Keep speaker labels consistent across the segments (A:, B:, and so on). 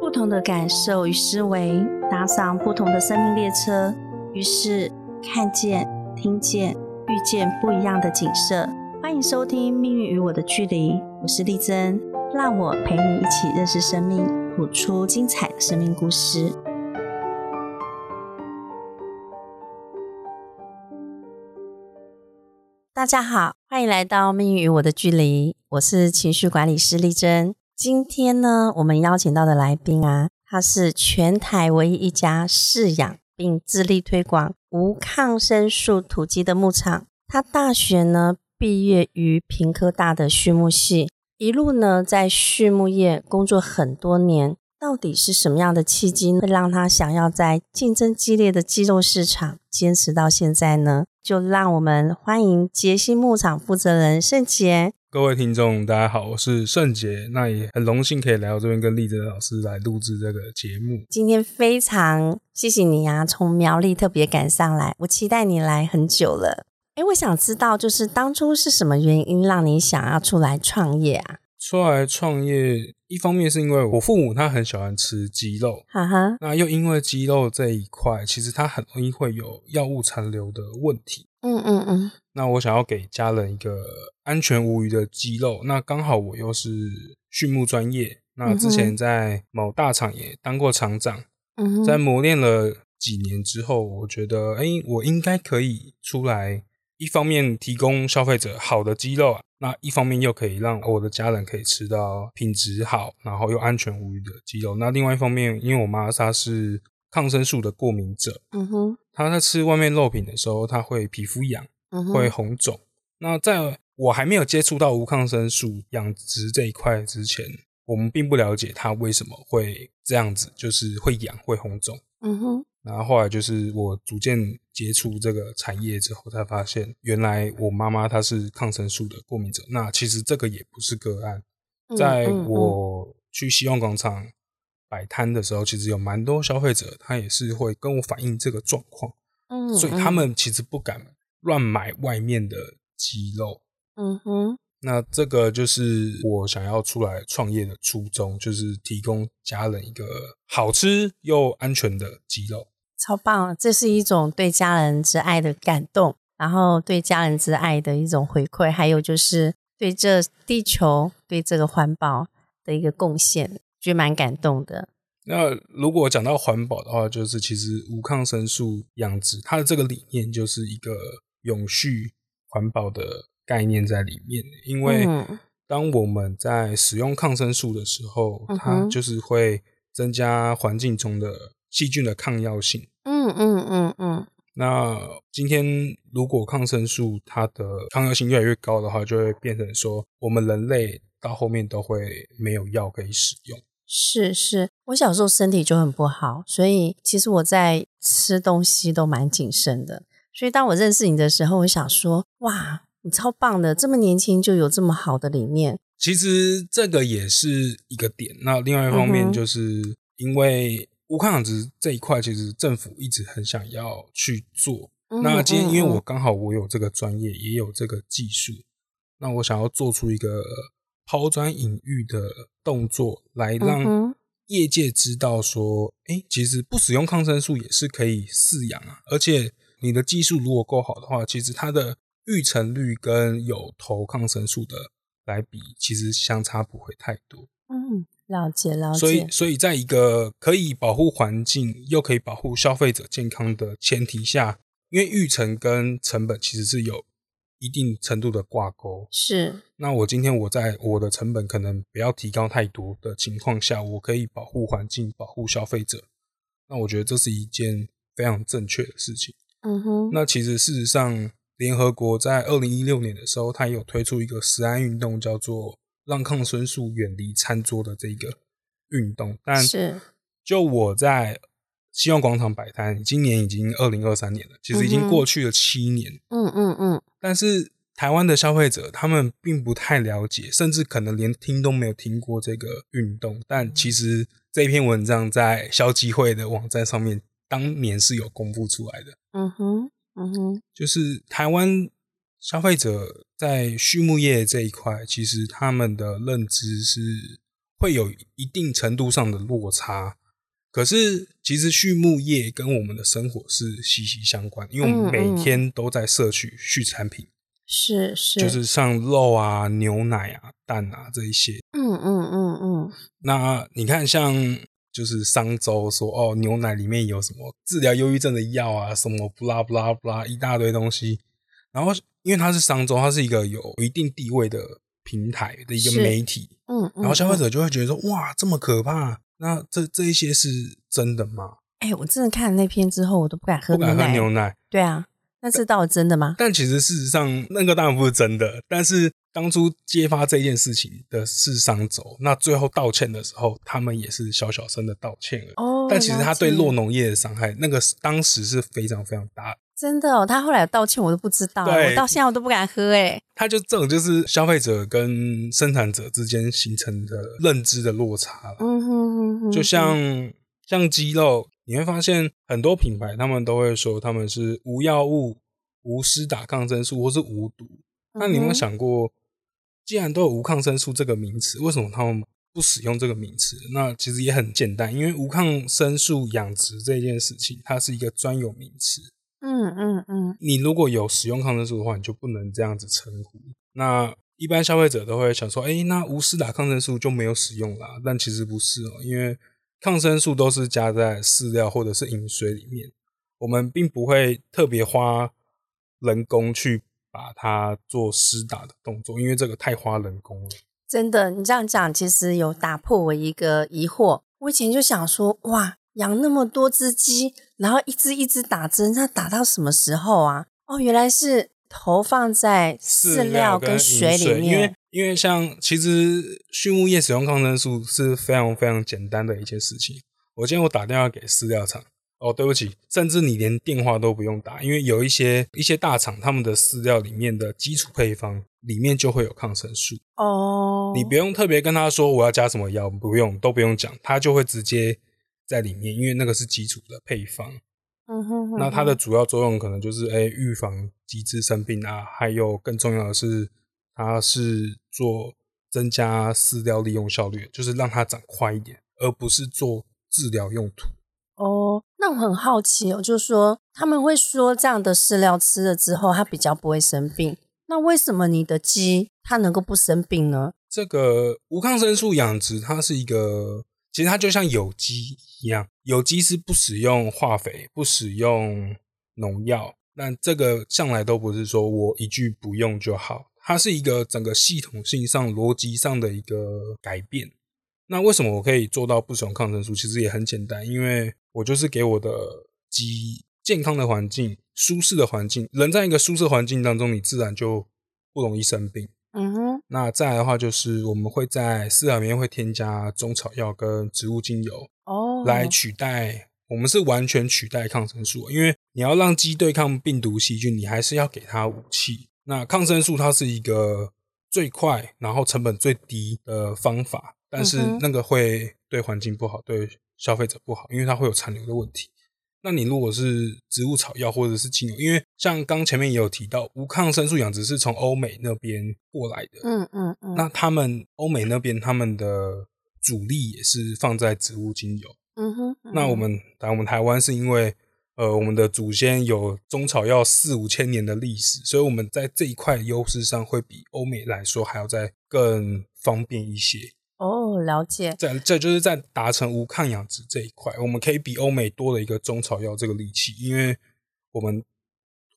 A: 不同的感受与思维，搭上不同的生命列车，于是看见、听见、遇见不一样的景色。欢迎收听《命运与我的距离》，我是丽珍，让我陪你一起认识生命，谱出精彩的生命故事。大家好，欢迎来到《命运与我的距离》，我是情绪管理师丽珍。今天呢，我们邀请到的来宾啊，他是全台唯一一家饲养并致力推广无抗生素土鸡的牧场。他大学呢毕业于平科大的畜牧系，一路呢在畜牧业工作很多年。到底是什么样的契机会让他想要在竞争激烈的鸡肉市场坚持到现在呢？就让我们欢迎杰西牧场负责人盛杰。
B: 各位听众，大家好，我是盛杰，那也很荣幸可以来到这边跟丽珍老师来录制这个节目。
A: 今天非常谢谢你啊，从苗栗特别赶上来，我期待你来很久了。哎，我想知道，就是当初是什么原因让你想要出来创业啊？
B: 出来创业，一方面是因为我父母他很喜欢吃鸡肉，
A: 哈哈，
B: 那又因为鸡肉这一块，其实它很容易会有药物残留的问题。
A: 嗯嗯嗯，
B: 那我想要给家人一个安全无虞的鸡肉，那刚好我又是畜牧专业，那之前在某大厂也当过厂长，
A: 嗯哼
B: 在磨练了几年之后，我觉得，哎、我应该可以出来，一方面提供消费者好的鸡肉啊，那一方面又可以让我的家人可以吃到品质好，然后又安全无虞的鸡肉。那另外一方面，因为我妈她是抗生素的过敏者，
A: 嗯哼
B: 她在吃外面肉品的时候，她会皮肤痒，
A: 嗯
B: 会
A: 哼，
B: 红肿。那在我还没有接触到无抗生素养殖这一块之前，我们并不了解它为什么会这样子，就是会痒会红肿。
A: 嗯哼，
B: 然后后来就是我逐渐接触这个产业之后，才发现原来我妈妈她是抗生素的过敏者。那其实这个也不是个案，
A: 嗯
B: 在
A: 嗯
B: 我去希望广场摆摊的时候，其实有蛮多消费者，他也是会跟我反映这个状况，
A: 嗯
B: 所以他们其实不敢乱买外面的鸡肉。
A: 嗯哼
B: 那这个就是我想要出来创业的初衷，就是提供家人一个好吃又安全的鸡肉。
A: 超棒，啊这是一种对家人之爱的感动，然后对家人之爱的一种回馈，还有就是对这地球、对这个环保的一个贡献，觉得蛮感动的。
B: 那如果讲到环保的话，就是其实无抗生素养殖，它的这个理念就是一个永续环保的概念在里面。因为
A: 嗯
B: 当我们在使用抗生素的时候，
A: 嗯
B: 它
A: 哼
B: 就是会增加环境中的细菌的抗药性。
A: 嗯嗯嗯嗯
B: 那今天如果抗生素它的抗药性越来越高的话，就会变成说我们人类到后面都会没有药可以使用。
A: 是是，我小时候身体就很不好，所以其实我在吃东西都蛮谨慎的。所以当我认识你的时候，我想说，哇，你超棒的，这么年轻就有这么好的理念。
B: 其实这个也是一个点。那另外一方
A: 嗯哼
B: 面，就是因为无抗养殖这一块，其实政府一直很想要去做。
A: 嗯
B: 那今天因为我
A: 嗯
B: 刚好我有这个专业，也有这个技术，那我想要做出一个抛砖引玉的动作，来
A: 嗯哼
B: 让业界知道说，哎、其实不使用抗生素也是可以饲养啊，而且你的技术如果够好的话，其实它的育成率跟有投抗生素的来比，其实相差不会太多。
A: 嗯，了解了解。
B: 所以，所以在一个可以保护环境又可以保护消费者健康的前提下，因为育成跟成本其实是有一定程度的挂钩。
A: 是，
B: 那我今天我在我的成本可能不要提高太多的情况下，我可以保护环境、保护消费者。那我觉得这是一件非常正确的事情。
A: 嗯哼，
B: 那其实事实上，联合国在二零一六年的时候，它也有推出一个食安运动，叫做“让抗生素远离餐桌”的这个运动。但
A: 是，
B: 就我在希望广场摆摊，今年已经二零二三年了，其实
A: 嗯
B: 已经
A: 哼
B: 过去了七年。
A: 嗯嗯嗯，
B: 但是台湾的消费者他们并不太了解，甚至可能连听都没有听过这个运动。但其实这篇文章在消基会的网站上面当年是有公布出来的。
A: 嗯哼，嗯哼，
B: 就是台湾消费者在畜牧业这一块，其实他们的认知是会有一定程度上的落差。可是，其实畜牧业跟我们的生活是息息相关，因为我
A: 嗯
B: 们
A: 嗯
B: 每天都在摄取畜产品，
A: 是是，
B: 就是像肉啊、牛奶啊、蛋啊这一些。
A: 嗯嗯嗯嗯，
B: 那你看，像就是商周说哦，牛奶里面有什么治疗忧郁症的药啊，什么不拉不拉不拉一大堆东西。然后，因为它是商周，它是一个有一定地位的平台的一
A: 是
B: 个媒体，
A: 嗯，
B: 然后消费
A: 嗯
B: 者就会觉得说，哇，这么可怕，那这这一些是真的吗？
A: 哎、我真的看了那篇之后，我都不敢喝
B: 不
A: 牛
B: 敢喝
A: 奶。
B: 牛奶。
A: 对啊，那是到底真的吗？
B: 但其实事实上，那个当然不是真的。但是当初揭发这件事情的是商周，那最后道歉的时候，他们也是小小声的道歉了。
A: 哦，
B: 但其实他对落
A: 了解
B: 农业的伤害，那个是当时是非常非常大的。
A: 真的哦，他后来有道歉，我都不知道，
B: 对
A: 我到现在我都不敢喝、哎，
B: 他就这种就是消费者跟生产者之间形成的认知的落差了。
A: 嗯哼哼哼，
B: 就像像鸡肉，你会发现很多品牌他们都会说他们是无药物、无施打抗生素或是无毒。那你有没
A: 嗯
B: 有
A: 哼
B: 想过，既然都有无抗生素这个名词，为什么他们不使用这个名词？那其实也很简单，因为无抗生素养殖这件事情，它是一个专有名词。
A: 嗯嗯嗯，
B: 你如果有使用抗生素的话，你就不能这样子称呼。那一般消费者都会想说，诶，那无施打抗生素就没有使用啦。但其实不是哦，因为抗生素都是加在饲料或者是饮水里面，我们并不会特别花人工去把它做施打的动作，因为这个太花人工了。
A: 真的，你这样讲其实有打破我一个疑惑。我以前就想说，哇，养那么多只鸡，然后一只一只打针，那打到什么时候啊？哦，原来是投放在饲料跟
B: 饮
A: 水里
B: 因为
A: 面。
B: 因为像其实畜牧业使用抗生素是非常非常简单的一件事情。我今天我打电话给饲料厂，哦，对不起，甚至你连电话都不用打，因为有一些一些大厂他们的饲料里面的基础配方里面就会有抗生素，
A: 哦，
B: 你不用特别跟他说我要加什么药，不用都不用讲，他就会直接在里面，因为那个是基础的配方。
A: 嗯哼哼
B: 那它
A: 哼
B: 的主要作用可能就是，哎、预防机制生病啊，还有更重要的是，它是做增加饲料利用效率，就是让它长快一点，而不是做治疗用途。
A: 哦，那我很好奇哦，就是说他们会说这样的饲料吃了之后，它比较不会生病。那为什么你的鸡它能够不生病呢？
B: 这个无抗生素养殖，它是一个，其实它就像有机一样，有机是不使用化肥，不使用农药，但这个向来都不是说我一句不用就好，它是一个整个系统性上、逻辑上的一个改变。那为什么我可以做到不使用抗生素？其实也很简单，因为我就是给我的鸡健康的环境、舒适的环境。人在一个舒适环境当中，你自然就不容易生病。
A: 嗯哼，
B: 那再来的话，就是我们会在饲料里面会添加中草药跟植物精油
A: 哦，
B: 来取代，我们是完全取代抗生素，因为你要让鸡对抗病毒细菌，你还是要给它武器。那抗生素它是一个最快，然后成本最低的方法，但是
A: 嗯哼
B: 那个会对环境不好，对消费者不好，因为它会有残留的问题。那你如果是植物草药或者是精油，因为像刚前面也有提到，无抗生素养殖是从欧美那边过来的，
A: 嗯嗯嗯，
B: 那他们欧美那边他们的主力也是放在植物精油。
A: 嗯哼，嗯
B: 那我
A: 哼
B: 们来我们台湾是因为呃我们的祖先有中草药四五千年的历史，所以我们在这一块优势上会比欧美来说还要再更方便一些。
A: 哦了解，
B: 在这就是在达成无抗养殖这一块，我们可以比欧美多了一个中草药这个利器，因为我们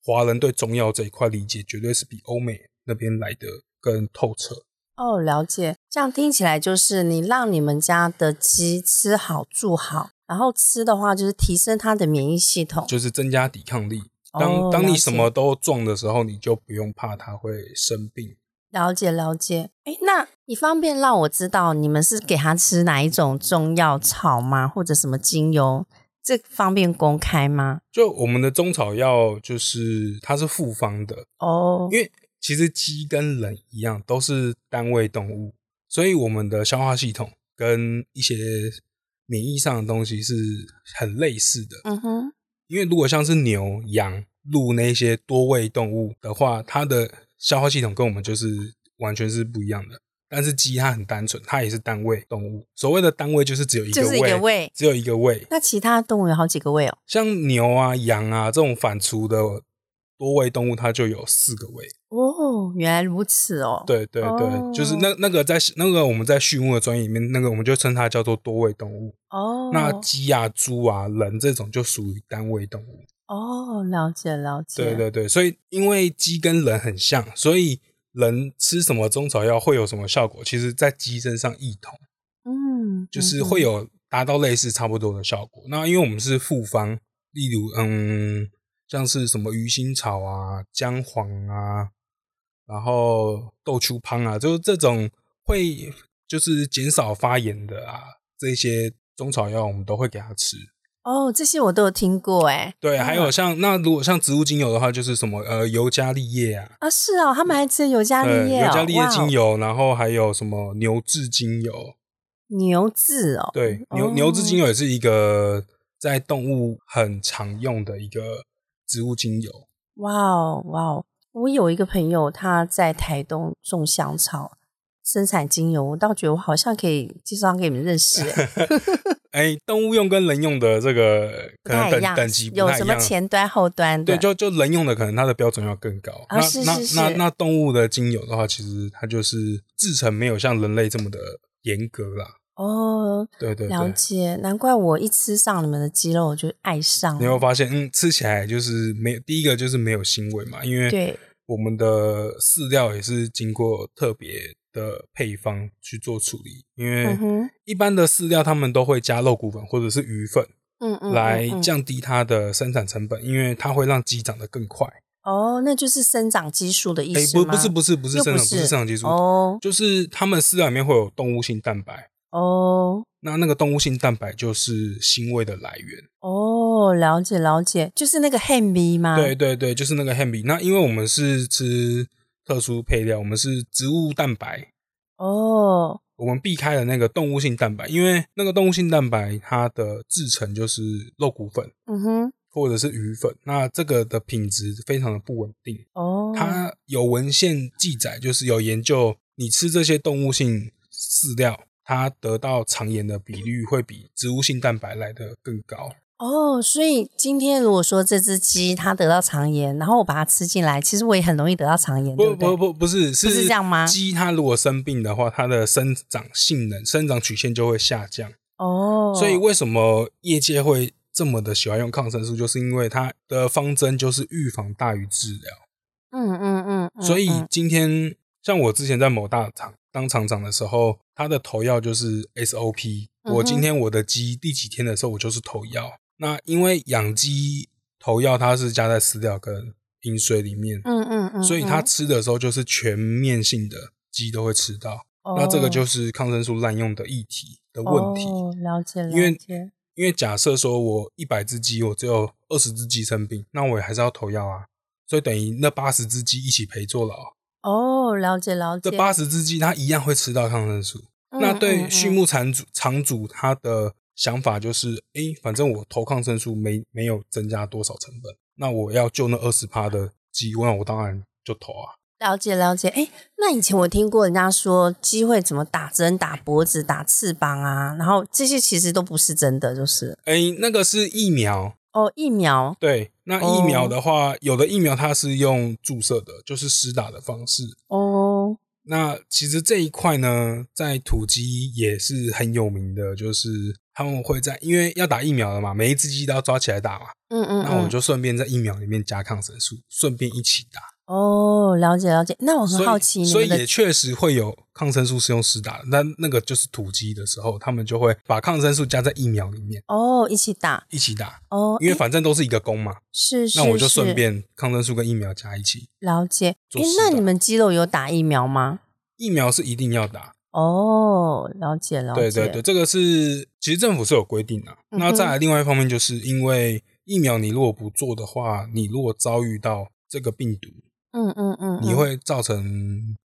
B: 华人对中药这一块理解绝对是比欧美那边来的更透彻。
A: 哦了解，这样听起来就是你让你们家的鸡吃好住好，然后吃的话就是提升它的免疫系统。
B: 就是增加抵抗力。当、
A: 哦
B: 当
A: 了
B: 你
A: 解
B: 什么都撞的时候，你就不用怕它会生病。
A: 了解了解，哎，那你方便让我知道你们是给他吃哪一种中药草吗？或者什么精油？这方便公开吗？
B: 就我们的中草药，就是它是复方的，
A: 哦，
B: 因为其实鸡跟人一样都是单位动物，所以我们的消化系统跟一些免疫上的东西是很类似的。
A: 嗯哼，
B: 因为如果像是牛、羊、鹿那些多胃动物的话，它的消化系统跟我们就是完全是不一样的。但是鸡它很单纯，它也是单位动物。所谓的单位就是只有一个
A: 就是一个胃。
B: 只有一个胃。
A: 那其他动物有好几个胃哦，
B: 像牛啊、羊啊这种反刍的多胃动物，它就有四个胃。
A: 哦，原来如此哦。，
B: 对对对，
A: 哦
B: 就是那那个在那个我们在畜牧的专业里面，那个我们就称它叫做多胃动物。
A: 哦，
B: 那鸡啊、猪啊、人这种就属于单位动物。
A: 哦，了解了解。
B: 对对对，所以因为鸡跟人很像，所以人吃什么中草药会有什么效果，其实在鸡身上异同，
A: 嗯，嗯，
B: 就是会有达到类似差不多的效果。那因为我们是复方，例如嗯，像是什么鱼腥草啊、姜黄啊，然后豆秋汤啊，就是这种会就是减少发炎的啊，这些中草药我们都会给它吃。
A: 哦，这些我都有听过哎。
B: 对，还有像那如果像植物精油的话，就是什么呃尤加利叶啊，
A: 啊，是哦，他们还吃尤加
B: 对，
A: 利叶、哦，
B: 尤加利叶
A: 哇哦
B: 精、油，然后还有什么牛至精油？
A: 牛字哦，
B: 对，牛、
A: 哦
B: 牛至精油也是一个在动物很常用的一个植物精油。
A: 哇哦哇哦！我有一个朋友，他在台东种香草，生产精油，我倒觉得我好像可以介绍给你们认 识哎，
B: 哎，动物用跟人用的这个可能
A: 太一
B: 等
A: 样，
B: 等级不
A: 有
B: 太
A: 什
B: 一
A: 么
B: 样。
A: 前端后端的，
B: 对，就就人用的可能它的标准要更高。
A: 啊
B: 那
A: 是
B: 那
A: 是
B: 那
A: 是
B: 那动物的精油的话，其实它就是制成没有像人类这么的严格啦。
A: 哦，
B: 对对
A: 了
B: 对。
A: 解，难怪我一吃上你们的鸡肉，我就爱上
B: 你会
A: 了，
B: 发现，嗯，吃起来就是没有第一个就是没有腥味嘛，因为
A: 对
B: 我们的饲料也是经过特别的配方去做处理，因为
A: 嗯哼
B: 一般的饲料他们都会加肉骨粉或者是鱼粉
A: 嗯嗯嗯，
B: 来
A: 嗯
B: 降低它的生产成本，因为它会让鸡长得更快。
A: 哦，那就是生长激素的意
B: 诶，
A: 思
B: 不
A: 吗？
B: 不是不是不是
A: 又
B: 生
A: 不
B: 长不是
A: 是
B: 生长激素，
A: 哦
B: 就是它们饲料里面会有动物性蛋白，
A: 哦
B: 那那个动物性蛋白就是腥味的来源。
A: 哦，了解了解，就是那个 h a m b 吗？
B: 对对对，就是那个 h a m b 那因为我们是吃特殊配料，我们是植物蛋白，
A: 哦，
B: 我们避开了那个动物性蛋白，因为那个动物性蛋白它的制成就是肉骨粉
A: 嗯哼，
B: 或者是鱼粉，那这个的品质非常的不稳定。
A: 哦，
B: 它有文献记载，就是有研究，你吃这些动物性饲料，它得到肠炎的比率会比植物性蛋白来的更高。
A: 哦，所以今天如果说这只鸡它得到肠炎，然后我把它吃进来，其实我也很容易得到肠炎，对
B: 不
A: 对？
B: 不不，不是，是
A: 是这样吗
B: 鸡它如果生病的话，它的生长性能、生长曲线就会下降。
A: 哦，
B: 所以为什么业界会这么的喜欢用抗生素，就是因为它的方针就是预防大于治疗。
A: 嗯嗯嗯，嗯
B: 所以
A: 嗯
B: 今天像我之前在某大厂当厂长的时候，它的头药就是 SOP。
A: 嗯哼
B: 我今天我的鸡第几天的时候，我就是头药。那因为养鸡头药它是加在饲料跟饮水里面，
A: 嗯嗯嗯，
B: 所以它
A: 嗯
B: 吃的时候就是全面性的鸡都会吃到。那这个就是抗生素滥用的议题的问题。
A: 哦，了解了
B: 因为
A: 解，
B: 因为假设说我一百只鸡，我只有二十只鸡生病，那我也还是要投药啊。所以等于那八十只鸡一起陪坐牢，
A: 哦，了解了
B: 这
A: 解，
B: 八十只鸡它一样会吃到抗生素。
A: 嗯
B: 那
A: 嗯
B: 对
A: 嗯
B: 畜牧场主场主他的想法就是，诶，反正我投抗生素没没有增加多少成本，那我要救那二十趴的鸡，那我当然就投啊。
A: 了解了解，哎，那以前我听过人家说鸡会怎么打针、打脖子、打翅膀啊，然后这些其实都不是真的，就是
B: 诶，那个是疫苗，
A: 哦疫苗
B: 对，那疫
A: 哦
B: 苗的话，有的疫苗它是用注射的，就是施打的方式。
A: 哦，
B: 那其实这一块呢，在土鸡也是很有名的，就是他们会在因为要打疫苗了嘛，每一只鸡都要抓起来打嘛，
A: 嗯嗯，
B: 那我
A: 嗯
B: 就顺便在疫苗里面加抗生素，顺便一起打。
A: 哦了解了解，那我
B: 所
A: 很
B: 以
A: 好奇你
B: 所
A: 们
B: 以也
A: 的
B: 确实会有抗生素是用施打的，那那个就是土鸡的时候，他们就会把抗生素加在疫苗里面
A: 哦一起打
B: 一起打，
A: 哦，
B: 因
A: 诶
B: 为反正都是一个工嘛，
A: 是是
B: 那我就顺
A: 是
B: 便抗生素跟疫苗加一起。
A: 了解，
B: 做
A: 诶
B: 施
A: 那
B: 打
A: 你们鸡肉有打疫苗吗？
B: 疫苗是一定要打，
A: 哦，了解了
B: 对
A: 解，
B: 对对，，这个是其实政府是有规定的、
A: 嗯哼
B: 那再来另外一方面，就是因为疫苗你如果不做的话，你如果遭遇到这个病毒，
A: 嗯嗯嗯，
B: 你
A: 嗯
B: 会造成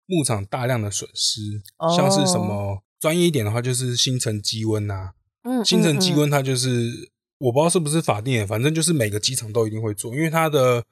B: 牧场大量的损失，
A: 哦
B: 像是什么专业一点的话，就是新城鸡瘟啊，
A: 嗯
B: 新城鸡
A: 嗯嗯
B: 瘟它就是我不知道是不是法定的，欸反正就是每个机场都一定会做，因为它的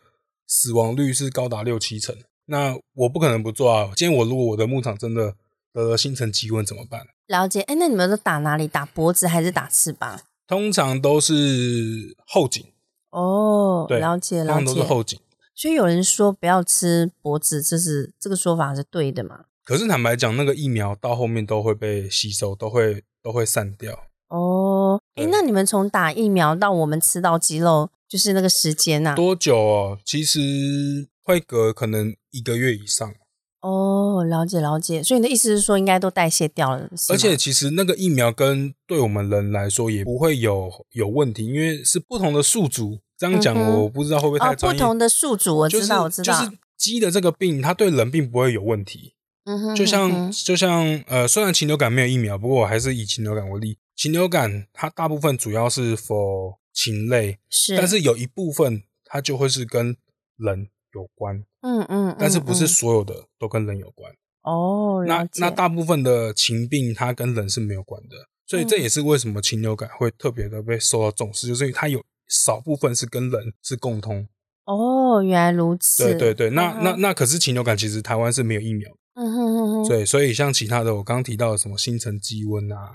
B: 死亡率是高达六七成。那我不可能不做啊！今天我如果我的牧场真的得了新陈肌温怎么办？
A: 了解。哎，那你们都打哪里？打脖子还是打翅膀？
B: 通常都是后颈，
A: 哦，
B: 对
A: 了解
B: 通
A: 了
B: 常都是
A: 解。
B: 后颈。
A: 所以有人说不要吃脖子，这是这个说法是对的嘛？
B: 可是坦白讲，那个疫苗到后面都会被吸收，都会都会散掉。
A: 哦，哎，
B: 对
A: 那你们从打疫苗到我们吃到鸡肉，就是那个时间呐、
B: 多久哦？其实会隔可能一个月以上，
A: 哦，了解了解。所以你的意思是说，应该都代谢掉了，是吗
B: 而且其实那个疫苗跟对我们人来说也不会有有问题，因为是不同的宿主。这样讲
A: 嗯哼
B: 我不知道会不会
A: 哦，
B: 太
A: 不
B: 专业。
A: 同的宿主，我
B: 就
A: 知
B: 是
A: 道，我知
B: 就
A: 道。
B: 是鸡的这个病，它对人并不会有问题。
A: 嗯哼
B: 就
A: 嗯
B: 像
A: 哼
B: 就像呃，虽然禽流感没有疫苗，不过我还是以禽流感为例。禽流感它大部分主要是 for 禽类，
A: 是，
B: 但是有一部分它就会是跟人有关，
A: 嗯嗯，
B: 但是
A: 嗯
B: 不是
A: 嗯
B: 所有的都跟人有关。
A: 哦，了
B: 那
A: 解
B: 那大部分的禽病它跟人是没有关的，所以这
A: 嗯
B: 也是为什么禽流感会特别的被受到重视，就是因为它有少部分是跟人是共通。
A: 哦，原来如此。
B: 对对对，那
A: 嗯哼
B: 那那可是禽流感，其实台湾是没有疫苗的，
A: 嗯哼哼哼，
B: 对，所以像其他的我刚刚提到的什么新城鸡瘟啊，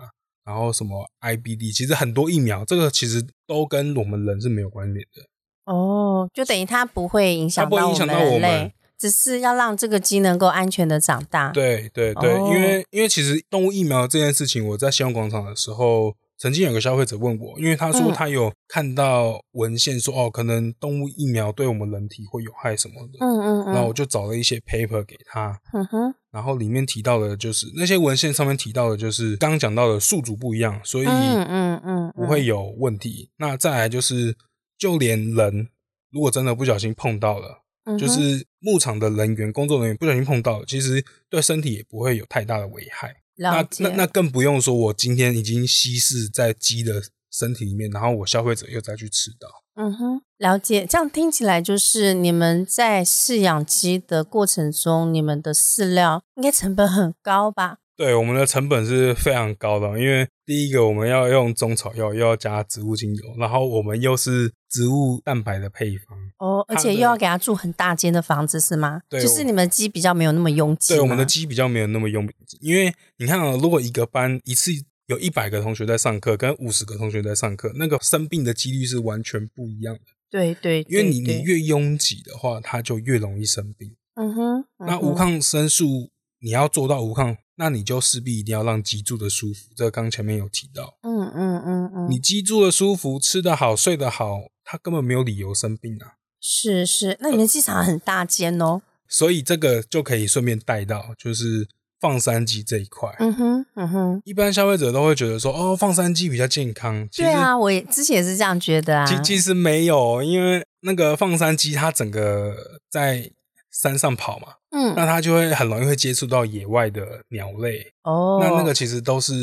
B: 然后什么 IBD，其实很多疫苗这个其实都跟我们人是没有关联的，
A: 哦，就等于它不会影响
B: 它不会
A: 到
B: 影响
A: 们
B: 到我
A: 人类
B: 们，
A: 只是要让这个鸡能够安全的长大。，
B: 对对对，
A: 哦
B: 因为因为其实动物疫苗这件事情，我在希望广场的时候，曾经有个消费者问我，因为他说
A: 嗯
B: 他有看到文献说、哦，可能动物疫苗对我们人体会有害什么的，
A: 嗯嗯
B: 然后
A: 嗯，
B: 我就找了一些 paper 给他，
A: 嗯哼，
B: 然后里面提到的就是那些文献上面提到的就是刚刚讲到的宿主不一样，所以
A: 嗯嗯嗯，
B: 不
A: 嗯
B: 会有问题。那再来就是，就连人如果真的不小心碰到了。
A: 嗯哼
B: 就是牧场的人员、工作人员不小心碰到，其实对身体也不会有太大的危害。
A: 了
B: 那
A: 解
B: 那那更不用说，我今天已经稀释在鸡的身体里面，然后我消费者又再去吃到。
A: 嗯哼，了解。这样听起来就是你们在饲养鸡的过程中，你们的饲料应该成本很高吧？
B: 对，我们的成本是非常高的，因为第一个我们要用中草药，又要加植物精油，然后我们又是植物蛋白的配方。
A: 哦，而
B: 它
A: 且
B: 的
A: 又要给它住很大间的房子是吗？
B: 啊对
A: 就是
B: 我
A: 你们鸡比较没有那么拥挤嘛。
B: 对，我们的鸡比较没有那么用，因为你看啊、如果一个班一次有一百个同学在上课，跟五十个同学在上课，那个生病的几率是完全不一样的。
A: 对对，
B: 因为
A: 对
B: 你
A: 对
B: 你越拥挤的话，它就越容易生病。
A: 嗯哼，
B: 那
A: 嗯哼
B: 无抗生素，你要做到无抗，那你就势必一定要让脊柱的舒服。这个刚前面有提到，
A: 嗯嗯嗯嗯，
B: 你脊柱的舒服，吃得好，睡得好，它根本没有理由生病啊。
A: 是是，
B: 呃
A: 那你们机场很大间哦。
B: 所以这个就可以顺便带到，就是放山鸡这一块。
A: 嗯哼，嗯哼，
B: 一般消费者都会觉得说，哦，放山鸡比较健康。其实
A: 对啊，我也之前也是这样觉得啊。
B: 其其实没有，哦因为那个放山鸡它整个在山上跑嘛，
A: 嗯，
B: 那它就会很容易会接触到野外的鸟类，
A: 哦，
B: 那那个其实都是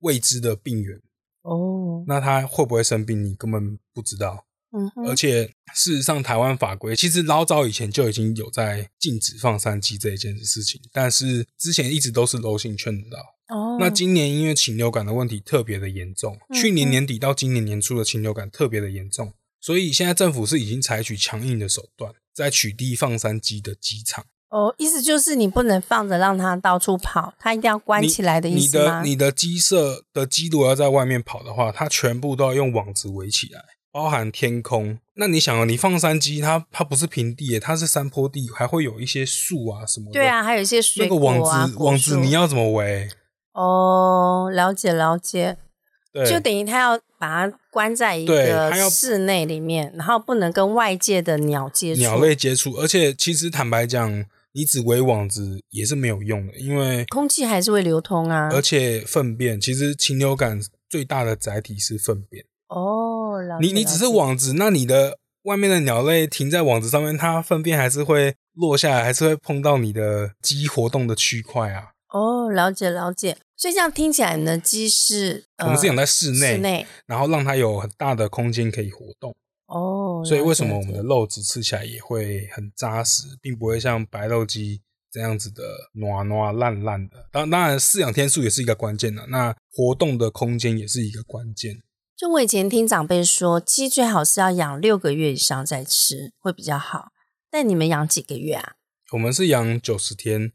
B: 未知的病源，
A: 哦，
B: 那它会不会生病，你根本不知道。
A: 嗯哼
B: 而，且事实上，台湾法规其实老早以前就已经有在禁止放山鸡这一件事情，但是之前一直都是柔性劝导。
A: 哦，
B: 那今年因为禽流感的问题特别的严重，
A: 嗯
B: 去年年底到今年年初的禽流感特别的严重，所以现在政府是已经采取强硬的手段，在取缔放山鸡的鸡场。
A: 哦，意思就是你不能放着让它到处跑，它一定要关
B: 你
A: 起来的意
B: 你
A: 思
B: 的
A: 吗？
B: 你的鸡舍的鸡如果要在外面跑的话，它全部都要用网子围起来，包含天空。那你想啊，你放山鸡，它它不是平地耶，它是山坡地，还会有一些树啊什么的。
A: 对啊，，还有一些水
B: 那个
A: 果
B: 网
A: 啊，
B: 子
A: 果
B: 网子
A: 树
B: 你要怎么围？
A: 哦，了解了解，
B: 对，
A: 就等于它要把它关在一
B: 对
A: 个
B: 它要
A: 室内里面，然后不能跟外界的鸟接触，
B: 鸟类接触，而且其实坦白讲，你只围网子也是没有用的，因为
A: 空气还是会流通啊。
B: 而且粪便，其实禽流感最大的载体是粪便。
A: 哦，了
B: 你
A: 解
B: 你
A: 了
B: 只是
A: 解
B: 网子，那你的外面的鸟类停在网子上面，它粪便还是会落下来，还是会碰到你的鸡活动的区块啊。
A: 哦，了解了解。所以这样听起来呢，鸡是、呃、
B: 我们是养在室内，
A: 室内
B: 然后让它有很大的空间可以活动，
A: 哦，
B: 所以
A: 了
B: 为
A: 解
B: 什么
A: 了
B: 我们
A: 解
B: 的肉质吃起来也会很扎实，并不会像白肉鸡这样子的软软烂烂的。当当然，饲养天数也是一个关键的、啊那活动的空间也是一个关键。
A: 就我以前听长辈说，鸡最好是要养六个月以上再吃会比较好。但你们养几个月啊？
B: 我们是养九十天，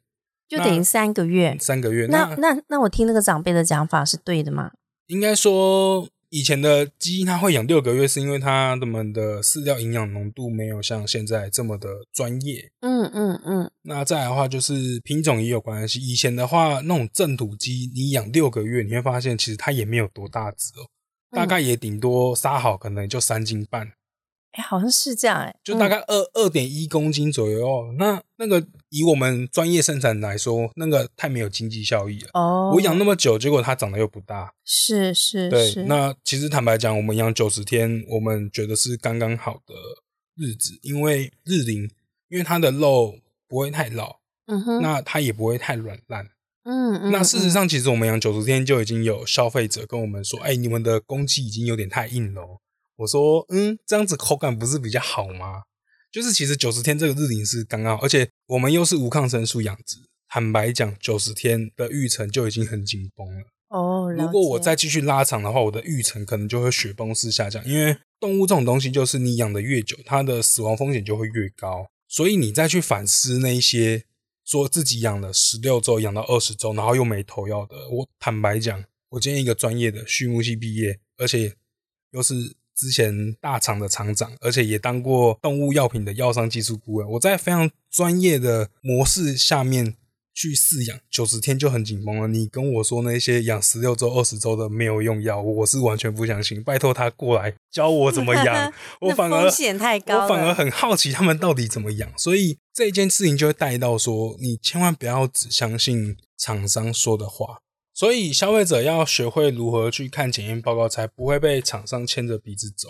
A: 就等于
B: 那
A: 三个月。
B: 三个月。
A: 那那那我听那个长辈的讲法是对的吗？
B: 应该说，以前的鸡它会养六个月，是因为它们的饲料营养浓度没有像现在这么的专业。
A: 嗯嗯嗯，
B: 那再来的话，就是品种也有关系。以前的话，那种正土鸡，你养六个月，你会发现其实它也没有多大只哦，
A: 嗯
B: 大概也顶多杀好可能就三斤半，
A: 哎、好像是这样哎、
B: 就大
A: 嗯
B: 概二二点一公斤左右哦。那那个以我们专业生产来说，那个太没有经济效益了。
A: 哦，
B: 我养那么久，结果它长得又不大，
A: 是是
B: 对
A: 是，，
B: 那其实坦白讲，我们养九十天，我们觉得是刚刚好的日子，因为日龄，因为它的肉不会太老，
A: 嗯哼，
B: 那它也不会太软烂。
A: 嗯嗯，
B: 那事实
A: 嗯
B: 上，其实我们养九十天就已经有消费者跟我们说：“哎、你们的公鸡已经有点太硬了哦。”我说：“嗯，这样子口感不是比较好吗？”就是其实九十天这个日龄是刚刚好，而且我们又是无抗生素养殖，坦白讲，九十天的育成就已经很紧绷了。
A: 哦，
B: 如
A: 了
B: 果我
A: 解
B: 再继续拉长的话，我的育成可能就会雪崩式下降，因为动物这种东西就是你养的越久，它的死亡风险就会越高。所以你再去反思那一些说自己养了十六周、养到二十周，然后又没投药的，我坦白讲，我今天一个专业的畜牧系毕业，而且又是之前大厂的厂长，而且也当过动物药品的药商技术顾问，我在非常专业的模式下面去饲养，九十天就很紧绷了。你跟我说那些养十六周、二十周的没有用药，我是完全不相信。拜托他过来教我怎么养，我
A: 那
B: 反而
A: 风险太高
B: 我反
A: 了
B: 而很好奇他们到底怎么养。所以这一件事情就会带到说，你千万不要只相信厂商说的话。所以消费者要学会如何去看检验报告，才不会被厂商牵着鼻子走。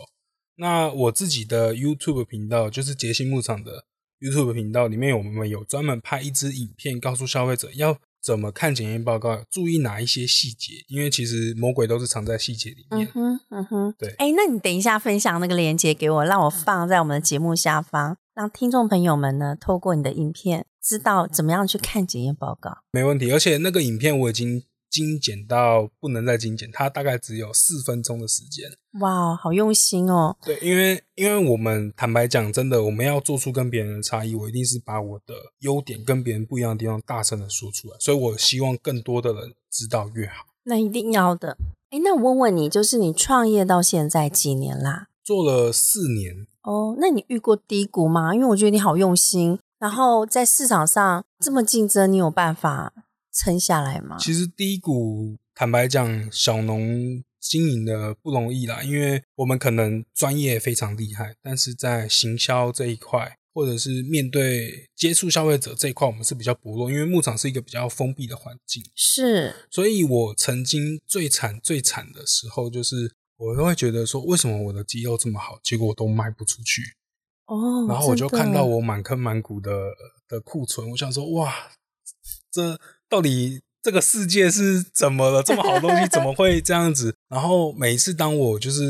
B: 那我自己的 YouTube 频道就是杰西牧场的 YouTube 频道里面，我们有专门拍一支影片，告诉消费者要怎么看检验报告，注意哪一些细节，因为其实魔鬼都是藏在细节里
A: 嗯
B: 面。
A: 哼，嗯哼，
B: 对
A: 哎，那你等一下分享那个链接给我，让我放在我们的节目下方，让听众朋友们呢，透过你的影片，知道怎么样去看检验报告。
B: 没问题。而且那个影片我已经精简到不能再精简，它大概只有四分钟的时间。
A: 哇，好用心哦！
B: 对，因为因为我们坦白讲，真的我们要做出跟别人的差异，我一定是把我的优点跟别人不一样的地方大声的说出来，所以我希望更多的人知道越好。
A: 那一定要的。哎，那我问问你，就是你创业到现在几年啦？
B: 做了四年，
A: 哦，那你遇过低谷吗？因为我觉得你好用心，然后在市场上这么竞争，你有办法撑下来吗？
B: 其实低谷，坦白讲，小农经营的不容易啦，因为我们可能专业非常厉害，但是在行销这一块，或者是面对接触消费者这一块，我们是比较薄弱，因为牧场是一个比较封闭的环境。
A: 是，
B: 所以我曾经最惨最惨的时候，就是我会觉得说，为什么我的肌肉这么好，结果都卖不出去？
A: 哦，
B: 然后我就
A: 真的
B: 看到我满坑满谷的的库存，我想说，哇，这到底这个世界是怎么了？这么好的东西 怎么会这样子？然后每一次当我就是